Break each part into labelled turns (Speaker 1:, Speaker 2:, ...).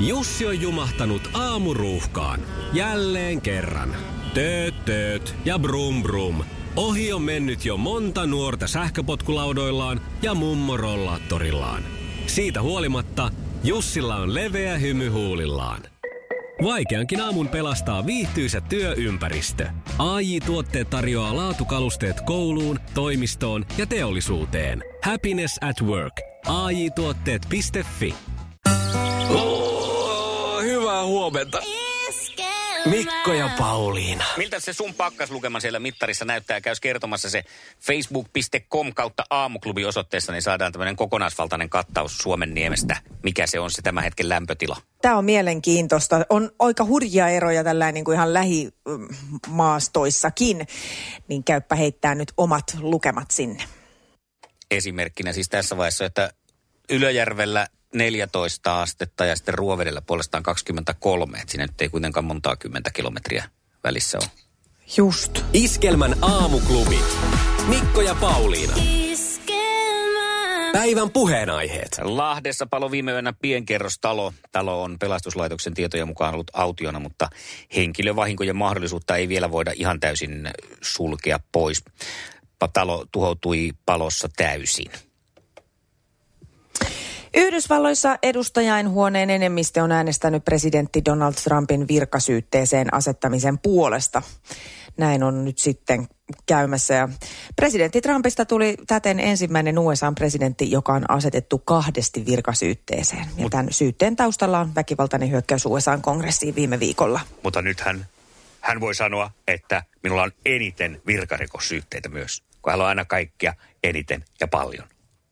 Speaker 1: Jussi on jumahtanut aamuruuhkaan. Jälleen kerran. Tööt, tööt ja brum brum. Ohi on mennyt jo monta nuorta sähköpotkulaudoillaan ja mummorollaattorillaan. Siitä huolimatta Jussilla on leveä hymy huulillaan. Vaikeankin aamun pelastaa viihtyisä työympäristö. AI Tuotteet tarjoaa laatukalusteet kouluun, toimistoon ja teollisuuteen. Happiness at work. AJ Tuotteet.fi
Speaker 2: Oh, hyvää huomenta. Mikko ja Pauliina.
Speaker 3: Miltä se sun pakkaslukema siellä mittarissa näyttää? Käys kertomassa se facebook.com kautta aamuklubi osoitteessa, niin saadaan tämmöinen kokonaisvaltainen kattaus Suomen niemestä. Mikä se on se tämän hetken lämpötila?
Speaker 4: Tämä on mielenkiintoista. On aika hurjia eroja tällä niin kuin ihan lähimaastoissakin. Niin käyppä heittää nyt omat lukemat sinne.
Speaker 3: Esimerkkinä siis tässä vaiheessa, että Ylöjärvellä 14 astetta ja sitten Ruovedellä puolestaan 23. Et siinä nyt ei kuitenkaan montaa kymmentä kilometriä välissä ole.
Speaker 4: Just.
Speaker 1: Iskelmän aamuklubit. Mikko ja Pauliina. Päivän puheenaiheet.
Speaker 3: Lahdessa palo viime yönä pienkerrostalo. Talo on pelastuslaitoksen tietojen mukaan ollut autiona, mutta henkilövahinkojen mahdollisuutta ei vielä voida ihan täysin sulkea pois. Talo tuhoutui palossa täysin.
Speaker 4: Yhdysvalloissa edustajainhuoneen enemmistö on äänestänyt presidentti Donald Trumpin virkasyytteeseen asettamisen puolesta. Näin on nyt sitten käymässä. Ja presidentti Trumpista tuli täten ensimmäinen USA-presidentti, joka on asetettu kahdesti virkasyytteeseen. Ja
Speaker 3: Mut-
Speaker 4: tämän syytteen taustalla on väkivaltainen hyökkäys USA-kongressiin viime viikolla.
Speaker 3: Mutta nythän hän voi sanoa, että minulla on eniten virkarikossyytteitä myös, kun hän on aina kaikkia eniten ja paljon.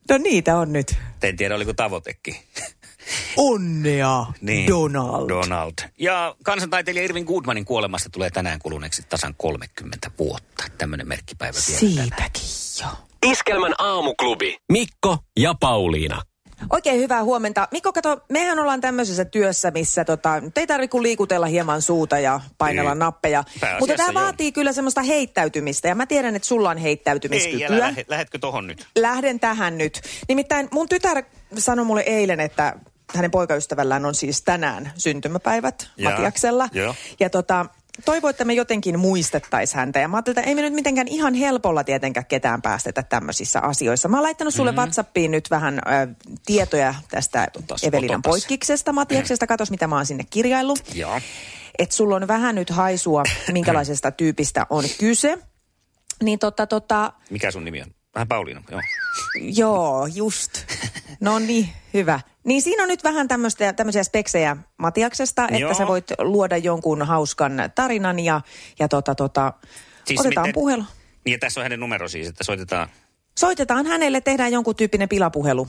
Speaker 4: No niitä on nyt.
Speaker 3: En tiedä, oliko tavoitekin.
Speaker 4: Onnea,
Speaker 3: Niin, Donald. Ja kansantaiteilija Irvin Goodmanin kuolemasta tulee tänään kuluneeksi tasan 30 vuotta. Tämmöinen merkkipäivä vielä tänään.
Speaker 4: Siitäkin jo.
Speaker 1: Iskelmän aamuklubi. Mikko ja Pauliina.
Speaker 4: Oikein hyvää huomenta. Mikko, kato, mehän ollaan tämmöisessä työssä, missä tota, nyt ei tarvitse kuin liikutella hieman suuta ja painella
Speaker 3: Niin.
Speaker 4: nappeja.
Speaker 3: Pääasiassa
Speaker 4: Mutta tämä
Speaker 3: joo.
Speaker 4: vaatii kyllä semmoista heittäytymistä ja mä tiedän, että sulla on
Speaker 3: Ei,
Speaker 4: heittäytymiskykyä.
Speaker 3: älä, lähe, lähetkö tohon nyt?
Speaker 4: Lähden tähän nyt. Nimittäin mun tytär sanoi mulle eilen, että hänen poikaystävällään on siis tänään syntymäpäivät
Speaker 3: Jaa,
Speaker 4: Matiaksella.
Speaker 3: joo.
Speaker 4: Ja tota, toivoi, että me jotenkin muistettaisiin häntä. Ja mä ajattelin, että ei me nyt mitenkään ihan helpolla tietenkään ketään päästetä tämmöisissä asioissa. Mä oon laittanut sulle
Speaker 3: Mm.
Speaker 4: WhatsAppiin nyt vähän ö, tietoja tästä
Speaker 3: Otas,
Speaker 4: Evelinan
Speaker 3: otapas.
Speaker 4: poikkiksesta, Matiaksesta. Katos, mitä mä oon sinne kirjaillut
Speaker 3: Joo.
Speaker 4: että sulla on vähän nyt haisua, minkälaisesta tyypistä on kyse. Niin tota, tota,
Speaker 3: Mikä sun nimi on? Vähän Pauliina, joo.
Speaker 4: joo, just. No niin, hyvä. Niin siinä on nyt vähän tämmöstä- tämmöisiä speksejä Matiaksesta, että
Speaker 3: Joo.
Speaker 4: sä voit luoda jonkun hauskan tarinan ja, ja tota, tota, siis otetaan miten... puhelu.
Speaker 3: Niin ja tässä on hänen numero siis, että soitetaan
Speaker 4: Soitetaan hänelle, tehdään jonkun tyyppinen pilapuhelu.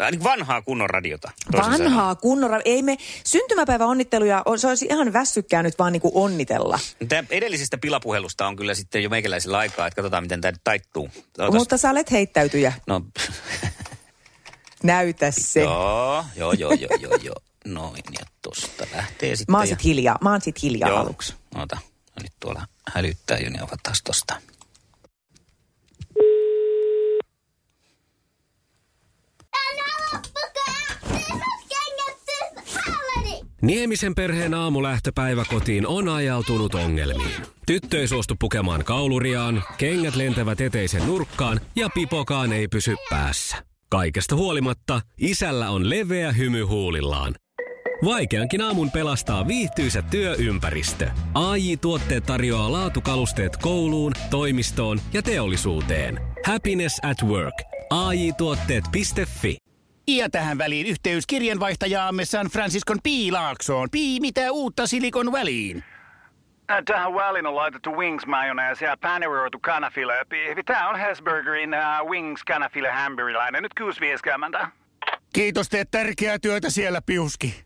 Speaker 3: äh, niin vanhaa kunnon radiota. toisin sanoen.
Speaker 4: Vanhaa kunnolla. Ei me, syntymäpäivä onnitteluja, on- se olisi ihan väsykkää nyt vaan niinku onnitella.
Speaker 3: Tämä edellisestä pilapuhelusta on kyllä sitten jo meikäläisellä aikaa, että katsotaan miten tämä nyt taittuu. Ootas-
Speaker 4: Mutta sä olet heittäytyjä.
Speaker 3: No,
Speaker 4: Näytä se.
Speaker 3: joo, joo, joo, joo, joo, joo. Noin, ja tosta lähtee sitten.
Speaker 4: Mä oon
Speaker 3: ja-
Speaker 4: sit hiljaa, mä oon sit hiljaa
Speaker 3: Joo.
Speaker 4: aluksi.
Speaker 3: Ota. No nyt tuolla hälyttää jo, niin avataan tosta.
Speaker 1: Niemisen perheen aamulähtöpäivä kotiin on ajautunut ongelmiin. Tyttö ei suostu pukemaan kauluriaan, kengät lentävät eteisen nurkkaan ja pipokaan ei pysy päässä. Kaikesta huolimatta isällä on leveä hymy huulillaan. Vaikeankin aamun pelastaa viihtyisä työympäristö. AJ Tuotteet tarjoaa laatukalusteet kouluun, toimistoon ja teollisuuteen. Happiness at work. AJ Tuotteet.fi
Speaker 5: Ja tähän väliin yhteys kirjanvaihtajaamme San Franciscon Piilaaksoon. Pii, mitä uutta Silikon väliin?
Speaker 6: Ä, Äh, Tähän väliin on laitettu wings mayonnaise ja paneroitu kanafila. Tämä on Hesburgerin uh, wings kanafila hamburilainen. Nyt 6.50.
Speaker 5: Kiitos, teet tärkeää työtä siellä, Piuski.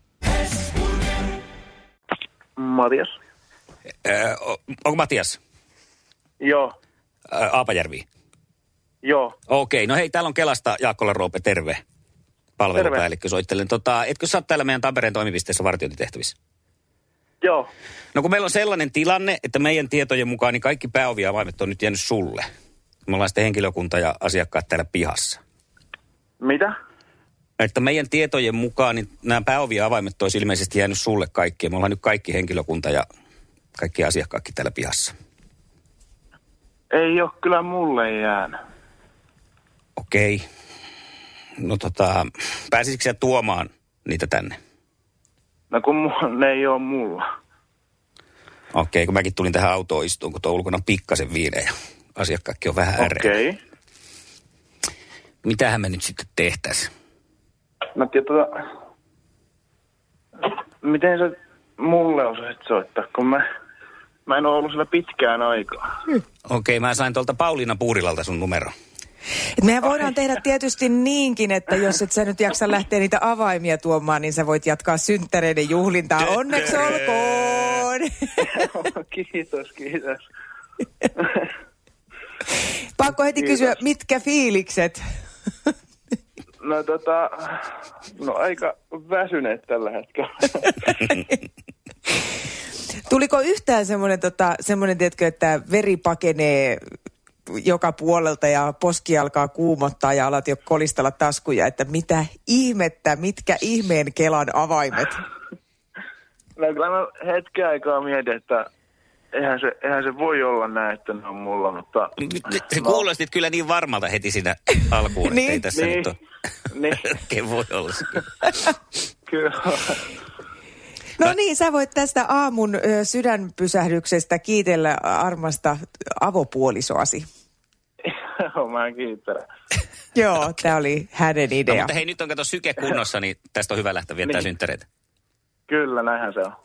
Speaker 7: Matias.
Speaker 3: Öö, o- onko Matias?
Speaker 7: Joo,
Speaker 3: Öö, Aapajärvi.
Speaker 7: joo.
Speaker 3: Okei, no hei, täällä on Kelasta Jaakkola Roope, terve. Palvelupäällikkö soittelen. Tota, etkö sä oot täällä meidän Tampereen toimipisteessä vartiointitehtävissä?
Speaker 7: Joo,
Speaker 3: No kun meillä on sellainen tilanne, että meidän tietojen mukaan niin kaikki pääovi ja avaimet on nyt jäänyt sulle. Me ollaan sitten henkilökunta ja asiakkaat täällä pihassa.
Speaker 7: mitä?
Speaker 3: Että meidän tietojen mukaan niin nämä pääovien avaimet olisi ilmeisesti jäänyt sulle kaikki. Me ollaan nyt kaikki henkilökunta ja kaikki asiakkaatkin täällä pihassa.
Speaker 7: Ei ole kyllä mulle jäänyt.
Speaker 3: Okei. Okay. No tota, pääsisikö sä tuomaan niitä tänne?
Speaker 7: No kun mu- ne ei ole mulla.
Speaker 3: Okei, okay, kun mäkin tulin tähän autoon istuun, kun tuo ulkona on pikkasen viileä. Asiakkaatkin on vähän äreä.
Speaker 7: Okei. Okay.
Speaker 3: Mitähän me nyt sitten tehtäisiin?
Speaker 7: No tota, miten sä mulle osasit soittaa, kun mä, mä en ole ollut siellä pitkään aikaa.
Speaker 3: Okei, okay, mä sain tuolta Pauliina Puurilalta sun numero.
Speaker 4: Et mehän voidaan tehdä tietysti niinkin, että jos et sä nyt jaksa lähteä niitä avaimia tuomaan, niin sä voit jatkaa synttäreiden juhlintaa. Onneksi olkoon!
Speaker 7: kiitos, kiitos.
Speaker 4: Pakko heti
Speaker 7: Kiitos.
Speaker 4: kysyä, mitkä fiilikset?
Speaker 7: No tota, no aika väsyneet tällä hetkellä.
Speaker 4: Tuliko yhtään semmoinen, tota, semmoinen tiedätkö, että veri pakenee joka puolelta ja poski alkaa kuumottaa ja alat jo kolistella taskuja, että mitä ihmettä, mitkä ihmeen Kelan avaimet?
Speaker 7: No kyllä mä hetken aikaa mietin, että eihän se, eihän se voi olla näin, että ne on mulla, mutta...
Speaker 3: Nyt se
Speaker 8: No,
Speaker 3: kuulostit kyllä niin varmalta heti siinä alkuun, niin,
Speaker 4: Niin.
Speaker 3: ei tässä niin.
Speaker 7: Niin,
Speaker 3: nyt ole.
Speaker 7: niin,
Speaker 3: Oikein voi olla. se kyllä.
Speaker 7: kyllä.
Speaker 4: No niin, sä voit tästä aamun ö, sydänpysähdyksestä kiitellä armasta avopuolisoasi.
Speaker 7: Joo, mä kiittelen.
Speaker 4: Joo, okay. tämä oli hänen
Speaker 3: No,
Speaker 4: idea.
Speaker 3: mutta hei, nyt on kato syke kunnossa, niin tästä on hyvä lähteä viettää niin.
Speaker 7: Niin.
Speaker 3: synttäreitä.
Speaker 7: Kyllä, näinhän se on.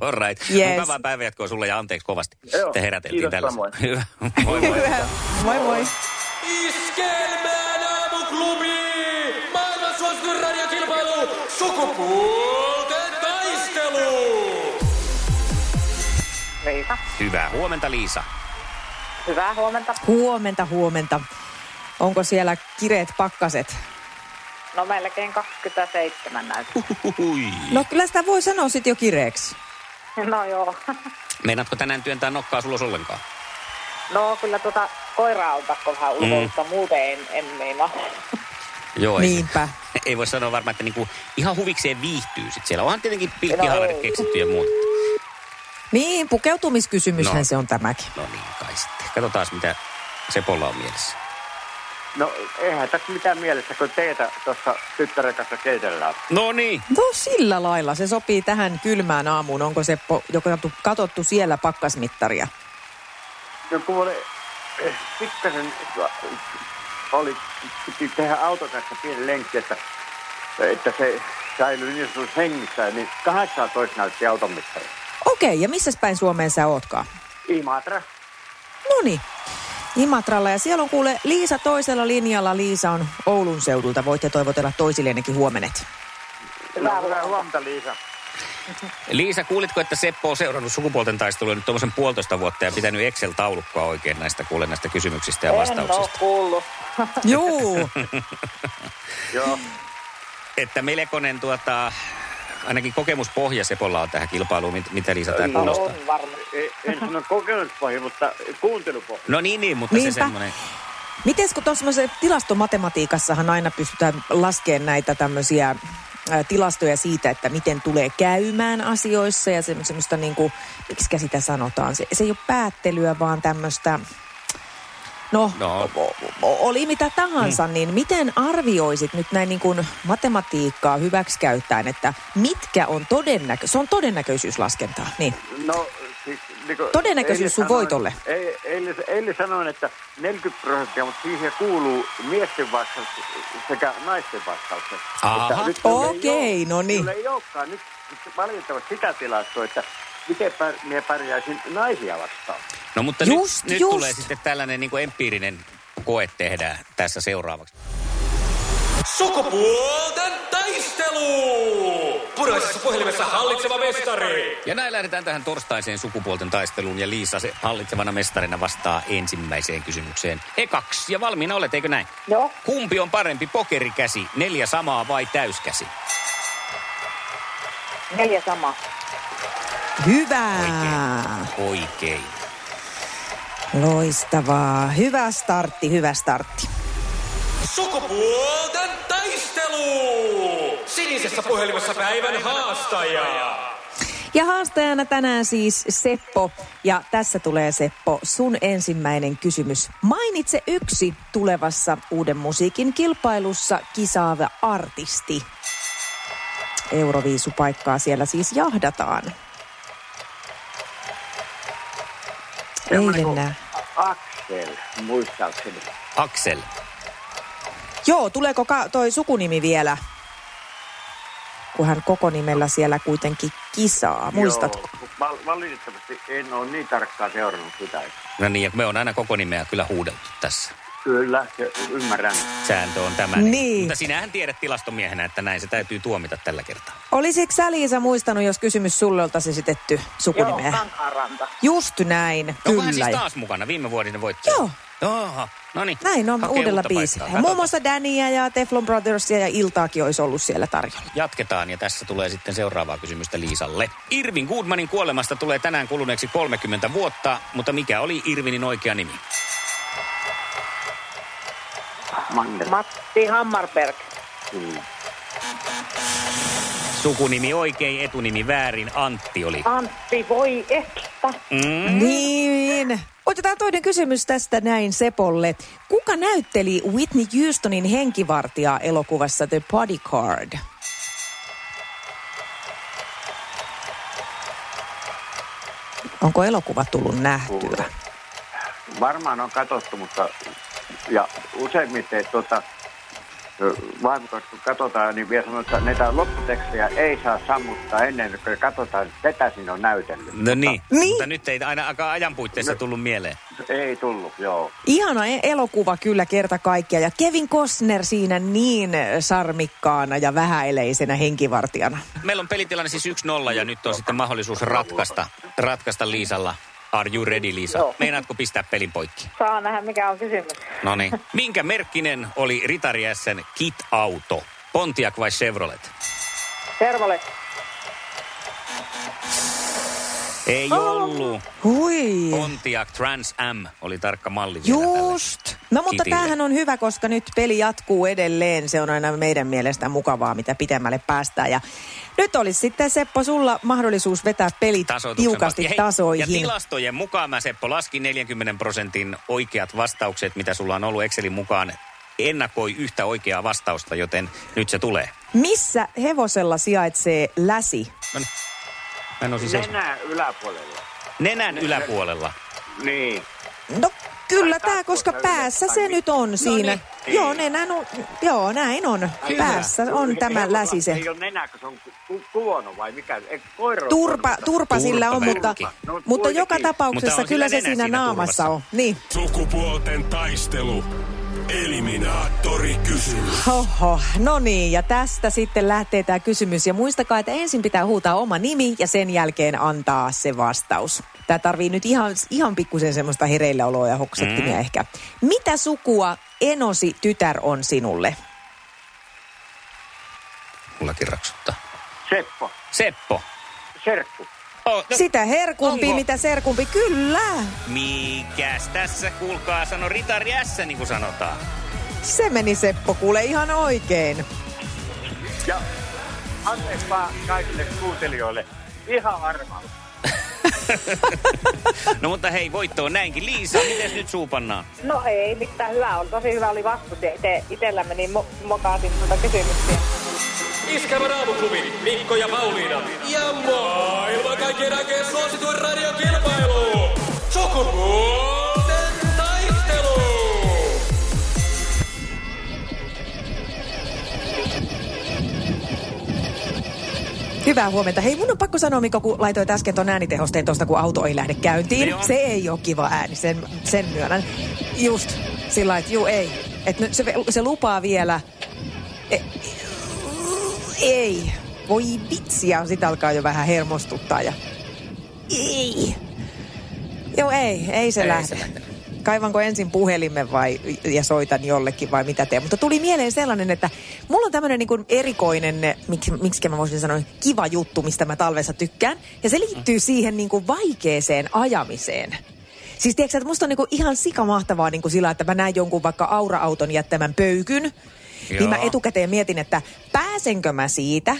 Speaker 3: All right.
Speaker 4: Yes.
Speaker 3: Yes. Mukavaa päivänjatkoa sulle ja anteeksi kovasti.
Speaker 7: Joo,
Speaker 3: Te heräteltiin
Speaker 7: kiitos
Speaker 3: tällä.
Speaker 7: samoin.
Speaker 3: Hyvä. Moi moi.
Speaker 4: Hyvä. Moi moi.
Speaker 9: Iskelmään aamuklubi! Maailman suosituin radiokilpailu! Sukupuolten taistelu!
Speaker 3: Hyvää huomenta Liisa.
Speaker 10: Hyvää huomenta.
Speaker 4: Huomenta, huomenta. Onko siellä kireet pakkaset?
Speaker 10: No melkein 27 näyttää.
Speaker 3: Hui.
Speaker 4: No kyllä sitä voi sanoa sitten jo kireeksi.
Speaker 10: No joo.
Speaker 3: Meinaatko tänään työntää nokkaa sulos ollenkaan?
Speaker 10: No kyllä tuota koiraa on pakko vähän ulkoiluttaa, mm. muuten en, en meinaa.
Speaker 3: Joo. ei-
Speaker 4: Niinpä.
Speaker 3: Ei voi sanoa varmaan, että niinku ihan huvikseen viihtyy sit siellä. Onhan tietenkin
Speaker 10: No
Speaker 3: pilkkihaalarit
Speaker 10: ei.
Speaker 3: keksitty ja muuta.
Speaker 4: Niin, pukeutumiskysymyshän
Speaker 3: No.
Speaker 4: no. se on tämäkin.
Speaker 3: No niin kai sitten. Katsotaan mitä Sepolla on mielessä.
Speaker 8: No eihän tässä mitään mielessä, kun teitä tuossa tyttären kanssa keitellään.
Speaker 3: No niin.
Speaker 4: No sillä lailla, se sopii tähän kylmään aamuun. Onko se po- joka katottu siellä pakkasmittaria?
Speaker 8: No kuule, eh, pikkasen oli, piti tehdä autokassa pieni lenkki, että, että se säilyi niin sanotusti hengissä, niin 18 näytti auton mittari.
Speaker 4: Okei, ja missä päin Suomeen sä ootkaan?
Speaker 8: Imatra.
Speaker 4: Noni. Imatralla ja siellä on kuule Liisa toisella linjalla. Liisa on Oulun seudulta. Voitte toivotella toisilleennekin huomenet.
Speaker 8: No, hyvää huomenta Liisa.
Speaker 3: Liisa, kuulitko, että Seppo on seurannut sukupuolten taistelua nyt tuommoisen puolitoista vuotta ja pitänyt Excel-taulukkoa oikein näistä kuulen näistä kysymyksistä ja
Speaker 10: En oo
Speaker 3: vastauksista?
Speaker 10: kuullut.
Speaker 4: Juu,
Speaker 8: Joo.
Speaker 3: Että melkoinen tuota, ainakin kokemuspohja Sepolla on tähän kilpailuun, mit- mitä Liisa tämä
Speaker 10: No
Speaker 3: kuulostaa.
Speaker 10: on varma.
Speaker 8: E- En sano kokemuspohja, mutta kuuntelupohja.
Speaker 3: No niin, niin, mutta se
Speaker 4: Niinpä.
Speaker 3: semmoinen.
Speaker 4: Miten kun tuossa tilastomatematiikassahan aina pystytään laskemaan näitä tämmöisiä ää, tilastoja siitä, että miten tulee käymään asioissa ja semmo- semmoista niin kuin, miksikä sitä sanotaan, se, se ei ole päättelyä, vaan tämmöistä, no,
Speaker 3: No.
Speaker 4: no. oli mitä tahansa, mm. niin miten arvioisit nyt näin niin kuin matematiikkaa hyväksikäyttäen, että mitkä on todennäkö, se on todennäköisyyslaskentaa, niin.
Speaker 8: No, siis, niin kuin,
Speaker 4: Todennäköisyys
Speaker 8: eilen
Speaker 4: sun
Speaker 8: sanoin-
Speaker 4: voitolle.
Speaker 8: ei- Eilen eilen sanoin, että 40 prosenttia, mutta siihen kuuluu miesten vastaus sekä naisten vastaukset.
Speaker 3: Aha.
Speaker 8: Että nyt mulla ei
Speaker 4: Okei,
Speaker 8: oo-
Speaker 4: no niin.
Speaker 8: mulla ei olekaan nyt valitettavasti sitä tilastoa, että miten pär, minä pärjäisin naisia vastaan.
Speaker 3: No mutta
Speaker 4: Just,
Speaker 3: nyt, nyt
Speaker 4: just.
Speaker 3: tulee sitten tällainen niin kuin empiirinen koe tehdään tässä seuraavaksi.
Speaker 9: Sukupuolten taistelu! Puraisessa puhelimessa hallitseva mestari!
Speaker 3: Ja näin lähdetään tähän torstaiseen sukupuolten taisteluun ja Liisa se hallitsevana mestarina vastaa ensimmäiseen kysymykseen. Ekaksi ja valmiina olet, eikö näin?
Speaker 10: Joo,
Speaker 3: Kumpi on parempi pokerikäsi, neljä samaa vai täyskäsi?
Speaker 10: neljä samaa.
Speaker 4: Hyvä!
Speaker 3: Oikein.
Speaker 4: Loistavaa. Hyvä startti, hyvä startti.
Speaker 9: Sukupuolten taistelu! Sinisessä puhelimessa päivän haastaja.
Speaker 4: Ja haastajana tänään siis Seppo. Ja tässä tulee Seppo sun ensimmäinen kysymys. Mainitse yksi tulevassa uuden musiikin kilpailussa kisaava artisti. Euroviisupaikkaa siellä siis jahdataan. Eilen nää.
Speaker 8: Aksel, muistaakseni.
Speaker 3: Aksel.
Speaker 4: Joo, tuleeko ka- toi sukunimi vielä? Kun hän koko nimellä siellä kuitenkin kisaa, muistatko?
Speaker 8: Joo, val- valitettavasti en ole niin tarkkaan seurannut sitä.
Speaker 3: No niin, ja me on aina koko nimeä kyllä huudeltu tässä.
Speaker 8: Kyllä, se- ymmärrän.
Speaker 3: Sääntö on tämä.
Speaker 4: Niin.
Speaker 3: Mutta sinähän tiedät tilastomiehenä, että näin se täytyy tuomita tällä kertaa.
Speaker 4: Olisitko sä Liisa muistanut, jos kysymys sulle oltaisi esitetty
Speaker 10: Joo,
Speaker 4: sukunimeä?
Speaker 10: Kankaanranta.
Speaker 4: Just näin,
Speaker 3: Onko
Speaker 4: kyllä.
Speaker 3: hän siis
Speaker 4: ja-
Speaker 3: taas mukana viime vuodinen voittaja?
Speaker 4: Joo.
Speaker 3: Oho, no niin.
Speaker 4: Näin on,
Speaker 3: Hakee
Speaker 4: uudella
Speaker 3: uutta
Speaker 4: biisillä.
Speaker 3: paikkaa.
Speaker 4: Ja
Speaker 3: Katsotaan.
Speaker 4: Muun muassa Dania ja Teflon Brothersia ja Iltaakin olisi ollut siellä tarjolla.
Speaker 3: Jatketaan ja tässä tulee sitten seuraavaa kysymystä Liisalle. Irvin Goodmanin kuolemasta tulee tänään kuluneeksi 30 vuotta, mutta mikä oli Irvinin oikea nimi?
Speaker 8: Mandel.
Speaker 10: Matti Hammarberg.
Speaker 3: Hmm. Sukunimi oikein, etunimi väärin, Antti oli.
Speaker 10: Antti, voi että.
Speaker 3: Mm.
Speaker 4: Niin. Otetaan toinen kysymys tästä näin Sepolle. Kuka näytteli Whitney Houstonin henkivartijaa elokuvassa The Bodyguard? Onko elokuva tullut nähtyä?
Speaker 8: Varmaan on katsottu, mutta ja useimmiten tuota, vaimikot, kun katsotaan, niin vielä sanotaan, että näitä lopputekstejä ei saa sammuttaa ennen kuin katsotaan, että tätä siinä on näytellyt.
Speaker 3: No niin.
Speaker 4: Niin.
Speaker 3: mutta nyt ei ainakaan ajan puitteissa
Speaker 10: No.
Speaker 3: tullut mieleen.
Speaker 8: Ei tullut, joo.
Speaker 4: Ihana e- elokuva kyllä kerta kaikkiaan ja Kevin Costner siinä niin sarmikkaana ja vähäileisenä henkivartijana.
Speaker 3: Meillä on pelitilanne siis 1-0 ja nyt on sitten mahdollisuus ratkaista, ratkaista Liisalla. Are you ready, Liisa?
Speaker 10: Joo.
Speaker 3: Meinaatko pistää pelin poikki?
Speaker 10: Saa nähdä, mikä on kysymys.
Speaker 3: No niin. Minkä merkkinen oli Ritari S:n kit-auto? Pontiac vai Chevrolet?
Speaker 10: Tervole.
Speaker 3: Ei ollut.
Speaker 4: Hui.
Speaker 3: Pontiac Trans Am oli tarkka malli vielä
Speaker 4: Just.
Speaker 3: tälle
Speaker 4: No mutta
Speaker 3: kitille.
Speaker 4: tämähän on hyvä, koska nyt peli jatkuu edelleen. Se on aina meidän mielestä mukavaa, mitä pitemmälle päästään. Ja nyt olisi sitten Seppo sulla mahdollisuus vetää pelit
Speaker 3: Tasoituksen
Speaker 4: tiukasti
Speaker 3: vasta- Ja hei,
Speaker 4: tasoihin.
Speaker 3: Ja tilastojen mukaan mä Seppo laskin 40 prosentin oikeat vastaukset, mitä sulla on ollut Excelin mukaan. Ennakoi yhtä oikeaa vastausta, joten nyt se tulee.
Speaker 4: Missä hevosella sijaitsee läsi?
Speaker 3: Mä en osin seis-
Speaker 8: Nenä yläpuolella.
Speaker 3: Nenän yläpuolella.
Speaker 8: Niin.
Speaker 4: No kyllä
Speaker 8: Ai,
Speaker 4: tämä, koska
Speaker 8: kakkosen
Speaker 4: päässä
Speaker 8: yli,
Speaker 4: se
Speaker 8: tai
Speaker 4: nyt
Speaker 3: No
Speaker 4: on siinä.
Speaker 8: niin.
Speaker 4: Joo, nenän on, joo, näin on. Päässä on tämä läsi se.
Speaker 8: Ei ole nenä, kun se on ku- ku- kuvonut vai mikä? Ei, koira on
Speaker 4: Turpa,
Speaker 8: kuvonut.
Speaker 4: turpa sillä on, mutta,
Speaker 3: Turpaverkki.
Speaker 8: No,
Speaker 4: mutta
Speaker 8: kuitenkin.
Speaker 4: joka
Speaker 3: Mutta
Speaker 4: tapauksessa
Speaker 3: on
Speaker 4: kyllä
Speaker 3: sillä
Speaker 4: se
Speaker 3: nenä
Speaker 4: siinä
Speaker 3: siinä
Speaker 4: naamassa
Speaker 3: turvassa.
Speaker 4: on. Niin.
Speaker 9: Sukupuolten taistelu. Eliminaattori kysymys.
Speaker 4: Oho, no niin, ja tästä sitten lähtee tämä kysymys. Ja muistakaa, että ensin pitää huutaa oma nimi ja sen jälkeen antaa se vastaus. Tämä tarvii nyt ihan, ihan pikkusen semmoista hereilläoloa ja hoksattimia mm. ehkä. Mitä sukua enosi tytär on sinulle?
Speaker 3: Mullakin raksuttaa.
Speaker 8: Seppo,
Speaker 3: Seppo.
Speaker 8: serkku.
Speaker 3: Oh, no,
Speaker 4: Sitä herkumpi,
Speaker 3: onko?
Speaker 4: mitä serkumpi, kyllä.
Speaker 3: Mikäs tässä kuulkaa sano Ritari S, niin kuin sanotaan.
Speaker 4: Se meni Seppo kuule ihan oikein.
Speaker 8: Ja anteeksi vaan kaikille kuuntelijoille. Ihan armaa.
Speaker 3: No mutta hei, voitto on näinkin. Liisa, miten nyt suupannaan?
Speaker 10: No ei mitään hyvää oli. Tosi hyvä oli vastus ja ite, itellä meni mo- mokaasin noita kysymyksiä.
Speaker 9: Iskävä raamuklubi, Mikko ja Pauliina. Ja maailman kaikkien aikeen suosituen radiokilpailu. Sukupuolten taistelu.
Speaker 4: Hyvää huomenta. Hei, mun on pakko sanoa, Mikko, kun laitoit äsken ton äänitehosteen tosta, kun auto ei lähde käyntiin.
Speaker 3: Joo.
Speaker 4: Se ei ole kiva ääni, sen, sen myönnän. Just sillä lailla, että juu, ei. Et nyt se, se lupaa vielä. E, ei. Voi vitsiä, sit alkaa jo vähän hermostuttaa ja... Ei. Joo, ei, ei se
Speaker 3: Ei
Speaker 4: ei
Speaker 3: se
Speaker 4: lähde.
Speaker 3: lähtenyt.
Speaker 4: Kaivanko ensin puhelimen vai, ja soitan jollekin vai mitä teen. Mutta tuli mieleen sellainen, että mulla on tämmöinen niin erikoinen, miksi, miksi mä voisin sanoa, kiva juttu, mistä mä talvessa tykkään. Ja se liittyy siihen niin kuin vaikeeseen niinku ajamiseen. Siis tiedätkö, että musta on niinku ihan sikamahtavaa niinku sillä, että mä näen jonkun vaikka aura-auton jättämän pöykyn, Joo. niin mä
Speaker 3: Joo.
Speaker 4: etukäteen mietin, että pääsenkö mä siitä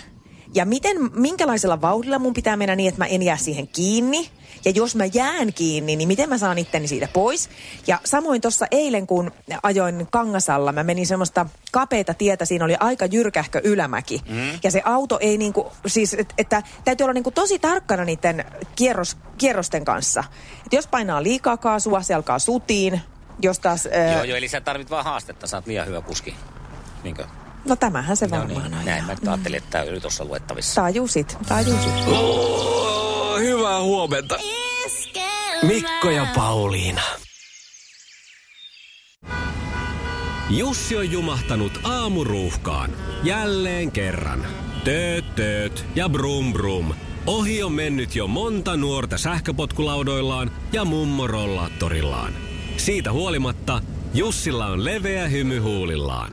Speaker 4: ja miten, minkälaisella vauhdilla mun pitää mennä niin, että mä en jää siihen kiinni. Ja jos mä jään kiinni, niin miten mä saan itteni siitä pois. Ja samoin tuossa eilen, kun ajoin Kangasalla, mä menin semmoista kapeita tietä, siinä oli aika jyrkähkö ylämäki. Mm. Ja se auto ei niinku, siis, et, että täytyy olla niinku tosi tarkkana niiden kierros, kierrosten kanssa. Et jos painaa liikaa kaasua, se alkaa sutiin. Jos taas, ö,
Speaker 3: Joo, joo, eli sä tarvit vaan haastetta, sä oot liian hyvä kuski. Niinkö?
Speaker 4: no tämähän se
Speaker 3: No
Speaker 4: varmaan
Speaker 3: niin,
Speaker 4: on.
Speaker 3: näin mä nyt ajattelin, että tää oli tuossa luettavissa.
Speaker 4: Taajuusit, taajuusit.
Speaker 2: Oh, hyvää huomenta. Mikko ja Pauliina.
Speaker 1: Jussi on jumahtanut aamuruuhkaan. Jälleen kerran. Tööt, tööt ja brum brum. Ohi on mennyt jo monta nuorta sähköpotkulaudoillaan ja mummorollaattorillaan. Siitä huolimatta Jussilla on leveä hymy huulillaan.